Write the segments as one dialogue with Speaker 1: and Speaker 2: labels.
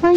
Speaker 1: 欢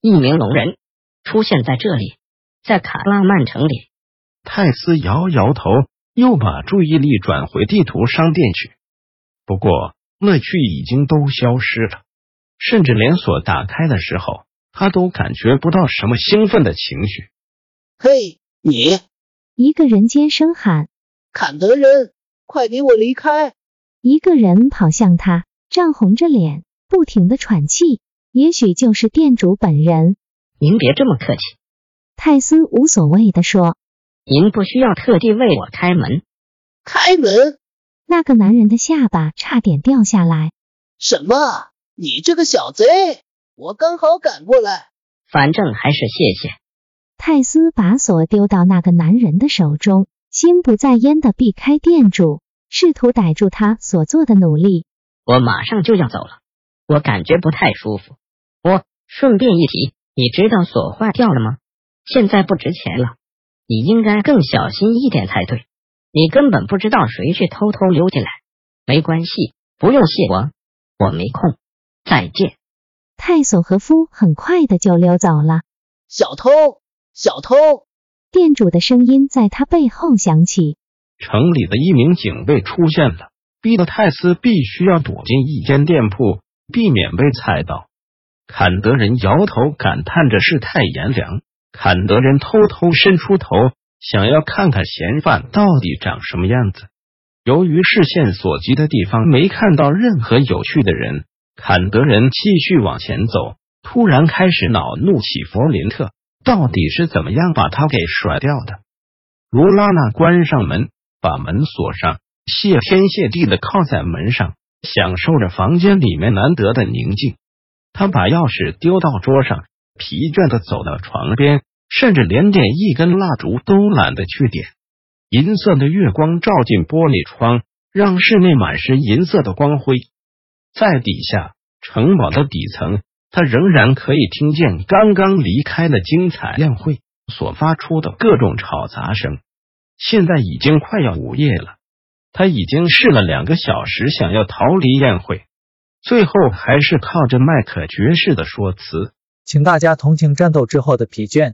Speaker 2: 一名龙人出现在这里，在卡拉曼城里。
Speaker 3: 泰斯摇摇头，又把注意力转回地图商店去。不过乐趣已经都消失了，甚至连锁打开的时候，他都感觉不到什么兴奋的情绪。
Speaker 4: 嘿，你
Speaker 1: 一个人尖声喊，
Speaker 4: 砍德人，快给我离开！
Speaker 1: 一个人跑向他，涨红着脸，不停的喘气，也许就是店主本人。
Speaker 2: 您别这么客气，
Speaker 1: 泰斯无所谓的说。
Speaker 2: 您不需要特地为我开门。
Speaker 4: 开门！
Speaker 1: 那个男人的下巴差点掉下来。
Speaker 4: 什么？你这个小贼！我刚好赶过来。
Speaker 2: 反正还是谢谢。
Speaker 1: 泰斯把锁丢到那个男人的手中，心不在焉的避开店主，试图逮住他所做的努力。
Speaker 2: 我马上就要走了，我感觉不太舒服。我顺便一提，你知道锁坏掉了吗？现在不值钱了，你应该更小心一点才对。你根本不知道谁去偷偷溜进来。没关系，不用谢我，我没空。再见。
Speaker 1: 泰索和夫很快的就溜走了。
Speaker 4: 小偷，小偷！
Speaker 1: 店主的声音在他背后响起。
Speaker 3: 城里的一名警卫出现了，逼得泰斯必须要躲进一间店铺，避免被踩到。坎德人摇头感叹着世态炎凉。坎德人偷偷伸出头，想要看看嫌犯到底长什么样子。由于视线所及的地方没看到任何有趣的人，坎德人继续往前走，突然开始恼怒起弗林特，到底是怎么样把他给甩掉的？卢拉娜关上门，把门锁上，谢天谢地的靠在门上，享受着房间里面难得的宁静。他把钥匙丢到桌上，疲倦的走到床边，甚至连点一根蜡烛都懒得去点。银色的月光照进玻璃窗，让室内满是银色的光辉。在底下城堡的底层，他仍然可以听见刚刚离开的精彩宴会所发出的各种吵杂声。现在已经快要午夜了，他已经试了两个小时想要逃离宴会。最后还是靠着麦克爵士的说辞，
Speaker 5: 请大家同情战斗之后的疲倦。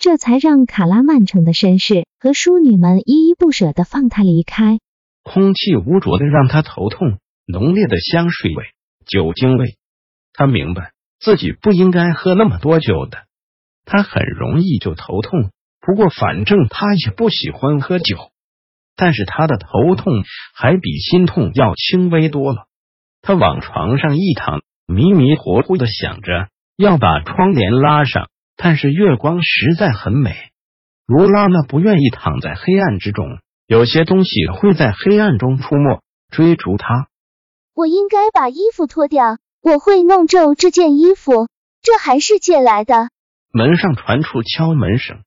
Speaker 1: 这才让卡拉曼城的绅士和淑女们依依不舍的放他离开。
Speaker 3: 空气污浊的让他头痛，浓烈的香水味、酒精味。他明白自己不应该喝那么多酒的，他很容易就头痛。不过反正他也不喜欢喝酒，但是他的头痛还比心痛要轻微多了。他往床上一躺，迷迷糊糊的想着要把窗帘拉上，但是月光实在很美。卢拉娜不愿意躺在黑暗之中，有些东西会在黑暗中出没，追逐他。
Speaker 6: 我应该把衣服脱掉，我会弄皱这件衣服，这还是借来的。
Speaker 3: 门上传出敲门声，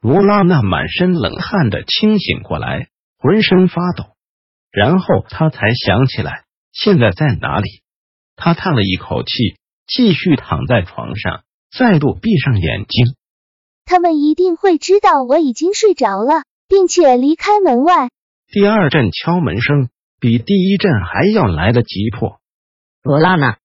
Speaker 3: 卢拉娜满身冷汗的清醒过来，浑身发抖，然后她才想起来。现在在哪里？他叹了一口气，继续躺在床上，再度闭上眼睛。
Speaker 6: 他们一定会知道我已经睡着了，并且离开门外。
Speaker 3: 第二阵敲门声比第一阵还要来得急迫。
Speaker 2: 罗拉娜，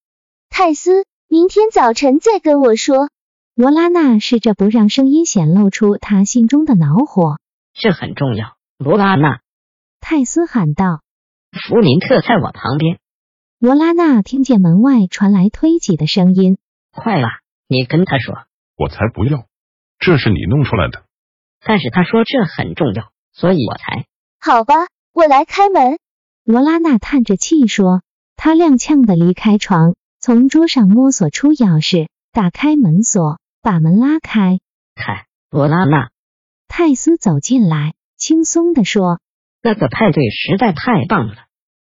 Speaker 6: 泰斯，明天早晨再跟我说。
Speaker 1: 罗拉娜试着不让声音显露出她心中的恼火。
Speaker 2: 这很重要，罗拉娜，
Speaker 1: 泰斯喊道。
Speaker 2: 弗林特在我旁边。
Speaker 1: 罗拉娜听见门外传来推挤的声音。
Speaker 2: 快了，你跟他说。
Speaker 7: 我才不要，这是你弄出来的。
Speaker 2: 但是他说这很重要，所以我才。
Speaker 6: 好吧，我来开门。
Speaker 1: 罗拉娜叹着气说，她踉跄的离开床，从桌上摸索出钥匙，打开门锁，把门拉开。
Speaker 2: 嗨，罗拉娜。
Speaker 1: 泰斯走进来，轻松的说。
Speaker 2: 那个派对实在太棒了，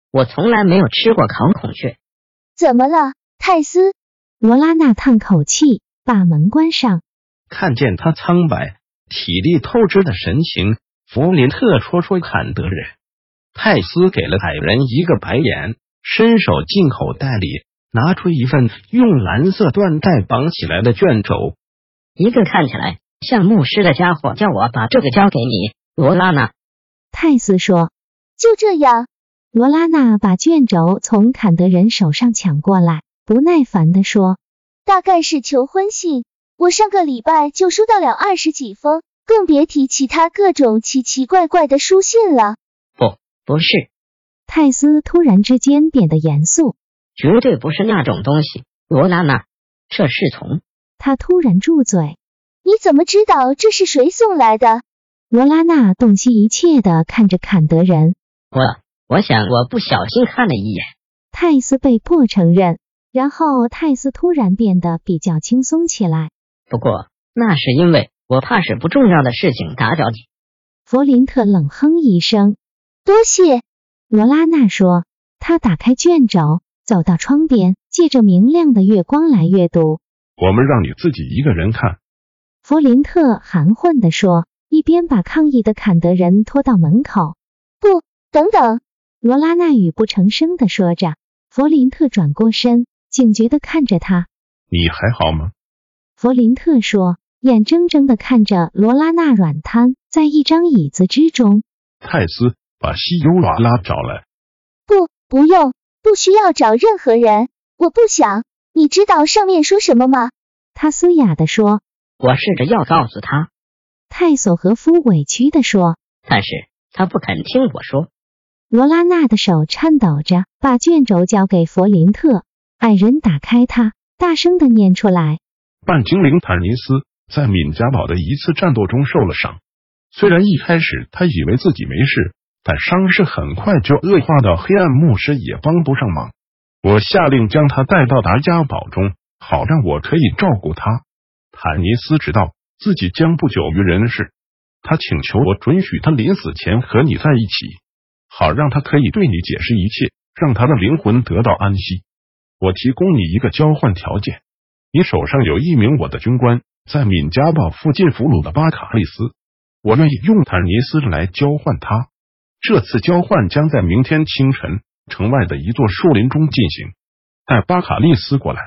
Speaker 2: 我从来没有吃过烤孔雀。
Speaker 6: 怎么了，泰斯？
Speaker 1: 罗拉娜叹口气，把门关上。
Speaker 3: 看见他苍白、体力透支的神情，弗林特戳戳坎德人。泰斯给了矮人一个白眼，伸手进口袋里拿出一份用蓝色缎带绑起来的卷轴。
Speaker 2: 一个看起来像牧师的家伙叫我把这个交给你，罗拉娜。
Speaker 1: 泰斯说。
Speaker 6: 就这样，
Speaker 1: 罗拉娜把卷轴从坎德人手上抢过来，不耐烦地说
Speaker 6: 大概是求婚信。我上个礼拜就收到了二十几封，更别提其他各种奇奇怪怪的书信了。
Speaker 2: 不是，：“
Speaker 1: 泰斯突然之间变得严肃，
Speaker 2: 绝对不是那种东西，罗拉娜。这侍从，
Speaker 1: 他突然住嘴。”
Speaker 6: 你怎么知道这是谁送来的？
Speaker 1: 罗拉娜洞悉一切的看着坎德人，
Speaker 2: 我我想我不小心看了一眼。
Speaker 1: 泰斯被迫承认。然后泰斯突然变得比较轻松起来。
Speaker 2: 不过那是因为我怕是不重要的事情打搅你。
Speaker 1: 弗林特冷哼一声。
Speaker 6: 多谢。
Speaker 1: 罗拉娜说：“她打开卷轴，走到窗边，借着明亮的月光来阅读。
Speaker 7: 我们让你自己一个人看。”
Speaker 1: 弗林特含混地说，一边把抗议的坎德人拖到门口。
Speaker 6: 等等，
Speaker 1: 罗拉娜语不成声地说着。弗林特转过身，警觉地看着他。
Speaker 7: 你还好吗？
Speaker 1: 弗林特说，眼睁睁地看着罗拉娜软瘫在一张椅子之中。
Speaker 7: 泰斯，把西尤瓦拉找来。
Speaker 6: 不，不用，不需要找任何人。我不想。你知道上面说什么吗？
Speaker 1: 他嘶哑地说。
Speaker 2: 我试着要告诉他，
Speaker 1: 泰索和夫委屈地说。
Speaker 2: 但是他不肯听我说。
Speaker 1: 罗拉娜的手颤抖着，把卷轴交给弗林特。矮人打开它，大声的念出来。
Speaker 7: 半精灵坦尼斯在敏加堡的一次战斗中受了伤，虽然一开始他以为自己没事，但伤势很快就恶化到黑暗牧师也帮不上忙。我下令将他带到达家堡中，好让我可以照顾他。坦尼斯知道自己将不久于人世，他请求我准许他临死前和你在一起，好让他可以对你解释一切，让他的灵魂得到安息。我提供你一个交换条件。你手上有一名我的军官，在敏加堡附近俘虏了巴卡利斯，我愿意用坦尼斯来交换他。这次交换将在明天清晨城外的一座树林中进行。带巴卡利斯过来。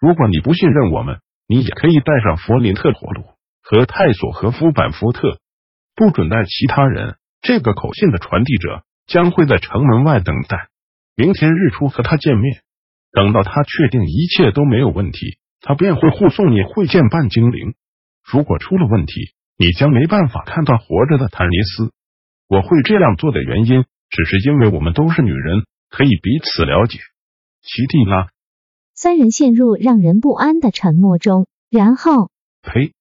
Speaker 7: 如果你不信任我们，你也可以带上弗林特火炉和泰索和夫板福特，不准带其他人。这个口信的传递者将会在城门外等待，明天日出和他见面。等到他确定一切都没有问题，他便会护送你会见半精灵。如果出了问题，你将没办法看到活着的坦尼斯。我会这样做的原因，只是因为我们都是女人，可以彼此了解。奇蒂拉，
Speaker 1: 三人陷入让人不安的沉默中。然后，
Speaker 7: 呸！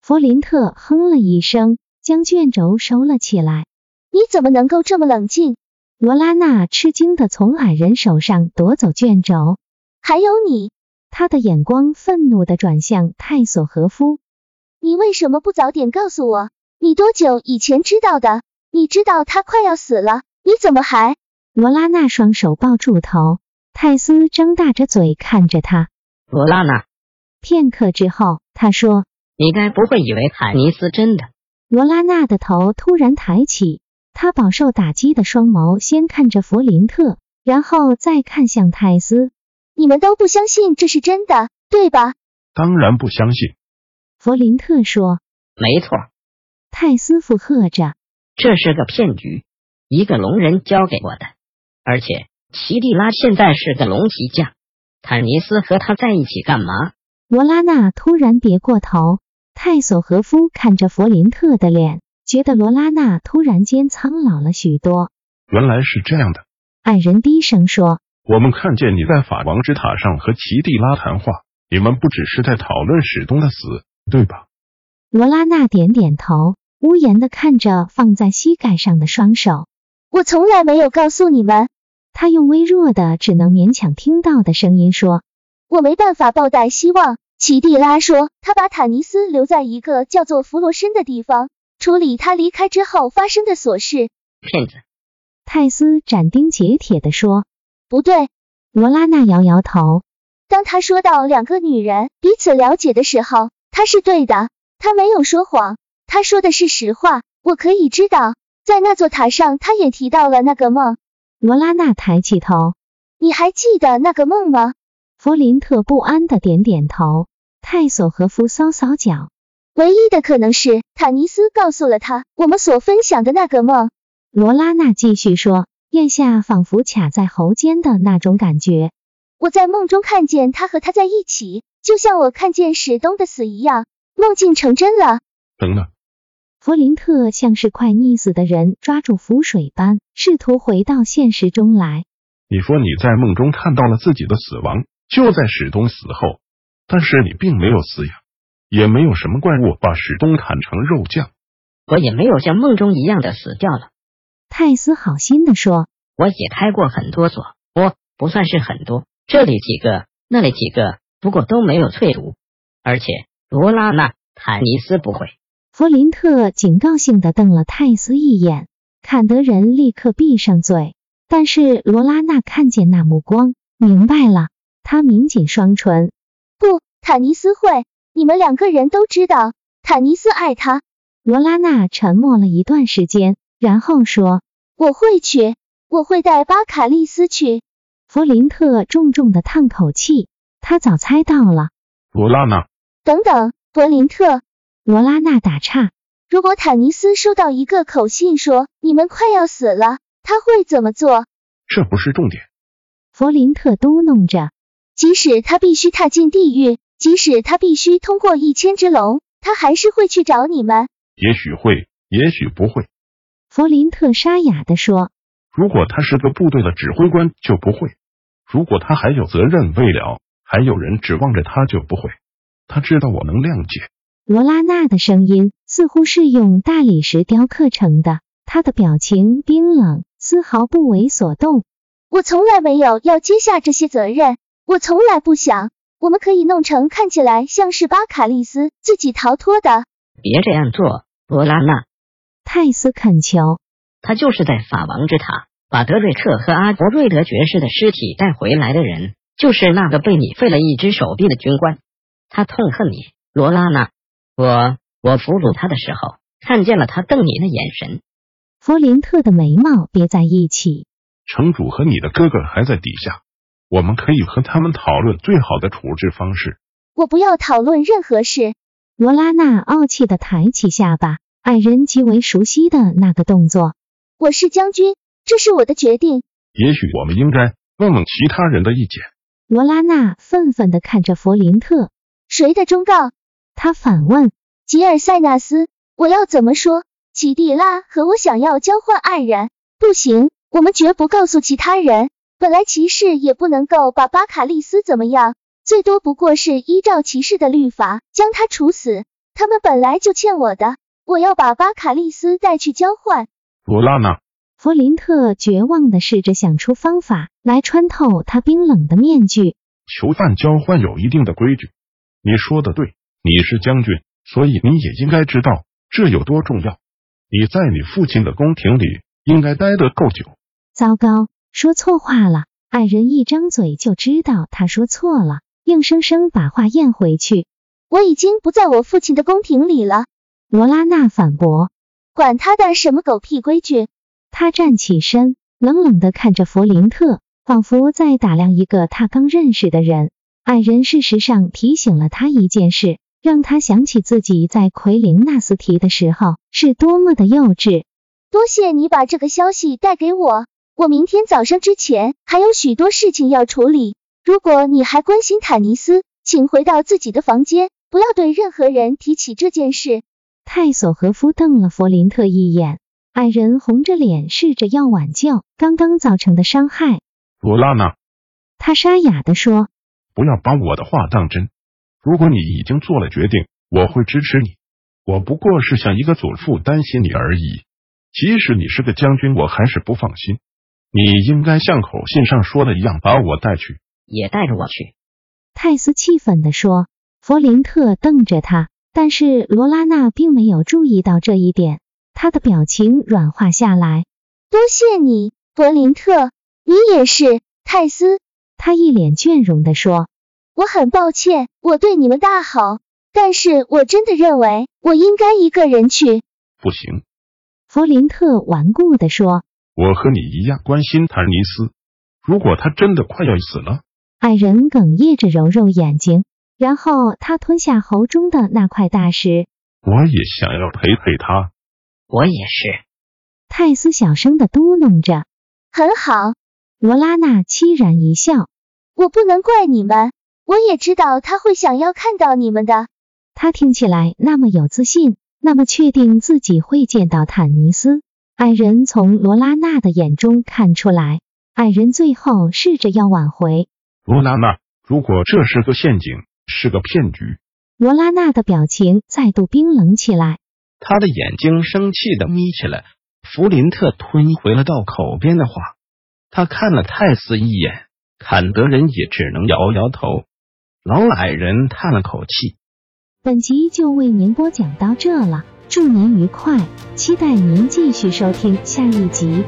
Speaker 1: 弗林特哼了一声，将卷轴收了起来。
Speaker 6: 你怎么能够这么冷静？
Speaker 1: 罗拉娜吃惊的从矮人手上夺走卷轴，
Speaker 6: 还有你，
Speaker 1: 她的眼光愤怒的转向泰索和夫。
Speaker 6: 你为什么不早点告诉我？你多久以前知道的？你知道他快要死了，你怎么还？
Speaker 1: 罗拉娜双手抱住头，泰斯张大着嘴看着他。
Speaker 2: 罗拉娜，
Speaker 1: 片刻之后，他说：“
Speaker 2: 你该不会以为坦尼斯真的？
Speaker 1: 罗拉娜的头突然抬起，她饱受打击的双眸先看着弗林特，然后再看向泰斯。
Speaker 6: 你们都不相信这是真的，对吧？
Speaker 7: 当然不相信。
Speaker 1: 弗林特说，
Speaker 2: 没错，
Speaker 1: 泰斯附和着。
Speaker 2: 这是个骗局，一个龙人教给我的。而且奇蒂拉现在是个龙骑将，坦尼斯和他在一起干嘛？
Speaker 1: 罗拉娜突然别过头，泰索和夫看着弗林特的脸，觉得罗拉娜突然间苍老了许多。
Speaker 7: 原来是这样的。
Speaker 1: 矮人低声说。
Speaker 7: 我们看见你在法王之塔上和奇蒂拉谈话，你们不只是在讨论史东的死，对吧？
Speaker 1: 罗拉娜点点头，无言的看着放在膝盖上的双手。
Speaker 6: 我从来没有告诉你们，
Speaker 1: 她用微弱的、只能勉强听到的声音说。
Speaker 6: 我没办法抱带希望。奇蒂拉说，他把坦尼斯留在一个叫做弗罗申的地方，处理他离开之后发生的琐事。
Speaker 2: 骗子！
Speaker 1: 泰斯斩钉截铁地说。
Speaker 6: 不对，
Speaker 1: 罗拉娜摇摇头，
Speaker 6: 当他说到两个女人彼此了解的时候，他是对的，他没有说谎，他说的是实话。我可以知道，在那座塔上，他也提到了那个梦。
Speaker 1: 罗拉娜抬起头，
Speaker 6: 你还记得那个梦吗？
Speaker 1: 弗林特不安的点点头。泰索和夫搔搔脚，
Speaker 6: 唯一的可能是塔尼斯告诉了他我们所分享的那个梦。
Speaker 1: 罗拉娜继续说，咽下仿佛卡在喉间的那种感觉。
Speaker 6: 我在梦中看见他和他在一起，就像我看见史东的死一样，梦境成真了。
Speaker 7: 等等，
Speaker 1: 弗林特像是快溺死的人抓住浮水般，试图回到现实中来。
Speaker 7: 你说你在梦中看到了自己的死亡，就在史东死后，但是你并没有死呀，也没有什么怪物把史东砍成肉酱。
Speaker 2: 我也没有像梦中一样的死掉了。
Speaker 1: 泰斯好心的说，
Speaker 2: 我也开过很多锁，我不算是很多，这里几个，那里几个，不过都没有淬毒。而且罗拉娜、坦尼斯不会。
Speaker 1: 弗林特警告性的瞪了泰斯一眼，坎德人立刻闭上嘴。但是罗拉娜看见那目光，明白了，她抿紧双唇。
Speaker 6: 不，坦尼斯会，你们两个人都知道，坦尼斯爱他。
Speaker 1: 罗拉娜沉默了一段时间，然后说：“
Speaker 6: 我会去，我会带巴卡利斯去。”
Speaker 1: 弗林特重重的叹口气，他早猜到了。
Speaker 7: 罗拉娜，
Speaker 6: 等等，弗林特，
Speaker 1: 罗拉娜打岔，
Speaker 6: 如果坦尼斯收到一个口信说你们快要死了，他会怎么做？
Speaker 7: 这不是重点。
Speaker 1: 弗林特嘟哝着。
Speaker 6: 即使他必须踏进地狱，即使他必须通过一千只龙，他还是会去找你们。
Speaker 7: 也许会，也许不会。
Speaker 1: 弗林特沙哑地说
Speaker 7: 如果他是个部队的指挥官，就不会；如果他还有责任未了，还有人指望着他，就不会。他知道我能谅解。：“
Speaker 1: 罗拉娜的声音似乎是用大理石雕刻成的，她的表情冰冷，丝毫不为所动。
Speaker 6: 我从来没有要接下这些责任，我从来不想。我们可以弄成看起来像是巴卡利斯自己逃脱的。
Speaker 2: 别这样做，罗拉娜。”
Speaker 1: 泰斯恳求。
Speaker 2: 他就是在法王之塔把德瑞克和阿伯瑞德爵士的尸体带回来的人，就是那个被你废了一只手臂的军官。他痛恨你，罗拉娜。我我俘虏他的时候，看见了他瞪你的眼神。
Speaker 1: 弗林特的眉毛别在一起。
Speaker 7: 城主和你的哥哥还在底下，我们可以和他们讨论最好的处置方式。
Speaker 6: 我不要讨论任何事。
Speaker 1: 罗拉娜傲气的抬起下巴，矮人极为熟悉的那个动作。
Speaker 6: 我是将军，这是我的决定。
Speaker 7: 也许我们应该问问其他人的意见。
Speaker 1: 罗拉娜愤愤的看着弗林特，
Speaker 6: 谁的忠告？
Speaker 1: 她反问。
Speaker 6: 吉尔塞纳斯，我要怎么说？奇蒂拉和我想要交换爱人，不行，我们绝不告诉其他人。本来骑士也不能够把巴卡利斯怎么样，最多不过是依照骑士的律法将他处死。他们本来就欠我的，我要把巴卡利斯带去交换。
Speaker 7: 罗拉娜，
Speaker 1: 弗林特绝望的试着想出方法来穿透他冰冷的面具。
Speaker 7: 囚犯交换有一定的规矩。你说的对，你是将军，所以你也应该知道这有多重要。你在你父亲的宫廷里应该待得够久。
Speaker 1: 糟糕，说错话了！矮人一张嘴就知道他说错了，硬生生把话咽回去。
Speaker 6: 我已经不在我父亲的宫廷里了，
Speaker 1: 罗拉娜反驳，
Speaker 6: 管他的什么狗屁规矩。
Speaker 1: 她站起身，冷冷的看着弗林特，仿佛在打量一个他刚认识的人。矮人事实上提醒了他一件事，让他想起自己在奎林纳斯提的时候是多么的幼稚。
Speaker 6: 多谢你把这个消息带给我，我明天早上之前还有许多事情要处理。如果你还关心坦尼斯，请回到自己的房间，不要对任何人提起这件事。
Speaker 1: 泰索和夫瞪了弗林特一眼，矮人红着脸试着要挽救刚刚造成的伤害。
Speaker 7: 罗拉娜，
Speaker 1: 他沙哑地说
Speaker 7: 不要把我的话当真。如果你已经做了决定，我会支持你。我不过是像一个祖父担心你而已。即使你是个将军，我还是不放心。你应该像口信上说的一样，把我带去。
Speaker 2: 也带着我去。：“
Speaker 1: 泰斯气愤地说。”弗林特瞪着他，但是罗拉娜并没有注意到这一点，她的表情软化下来。
Speaker 6: 多谢你，柏林特，你也是，泰斯。
Speaker 1: 她一脸倦容地说
Speaker 6: 我很抱歉，我对你们大吼，但是我真的认为我应该一个人去。
Speaker 7: 不行，
Speaker 1: 弗林特顽固地说
Speaker 7: 我和你一样关心坦尼斯。如果他真的快要死了，：“
Speaker 1: 矮人哽咽着揉揉眼睛，然后他吞下喉中的那块大石。
Speaker 7: 我也想要陪陪他。
Speaker 2: 我也是。
Speaker 1: 泰斯小声的嘟哝着。
Speaker 6: 很好，
Speaker 1: 罗拉娜凄然一笑，
Speaker 6: 我不能怪你们，我也知道他会想要看到你们的。
Speaker 1: 她听起来那么有自信，那么确定自己会见到坦尼斯。矮人从罗拉娜的眼中看出来，矮人最后试着要挽回。
Speaker 7: 罗拉娜，如果这是个陷阱，是个骗局，
Speaker 1: 罗拉娜的表情再度冰冷起来。
Speaker 3: 他的眼睛生气的眯起来。弗林特吞回了到口边的话，他看了泰斯一眼，坎德人也只能摇摇头。老矮人叹了口气，
Speaker 1: 本集就为您播讲到这了，祝您愉快，期待您继续收听下一集。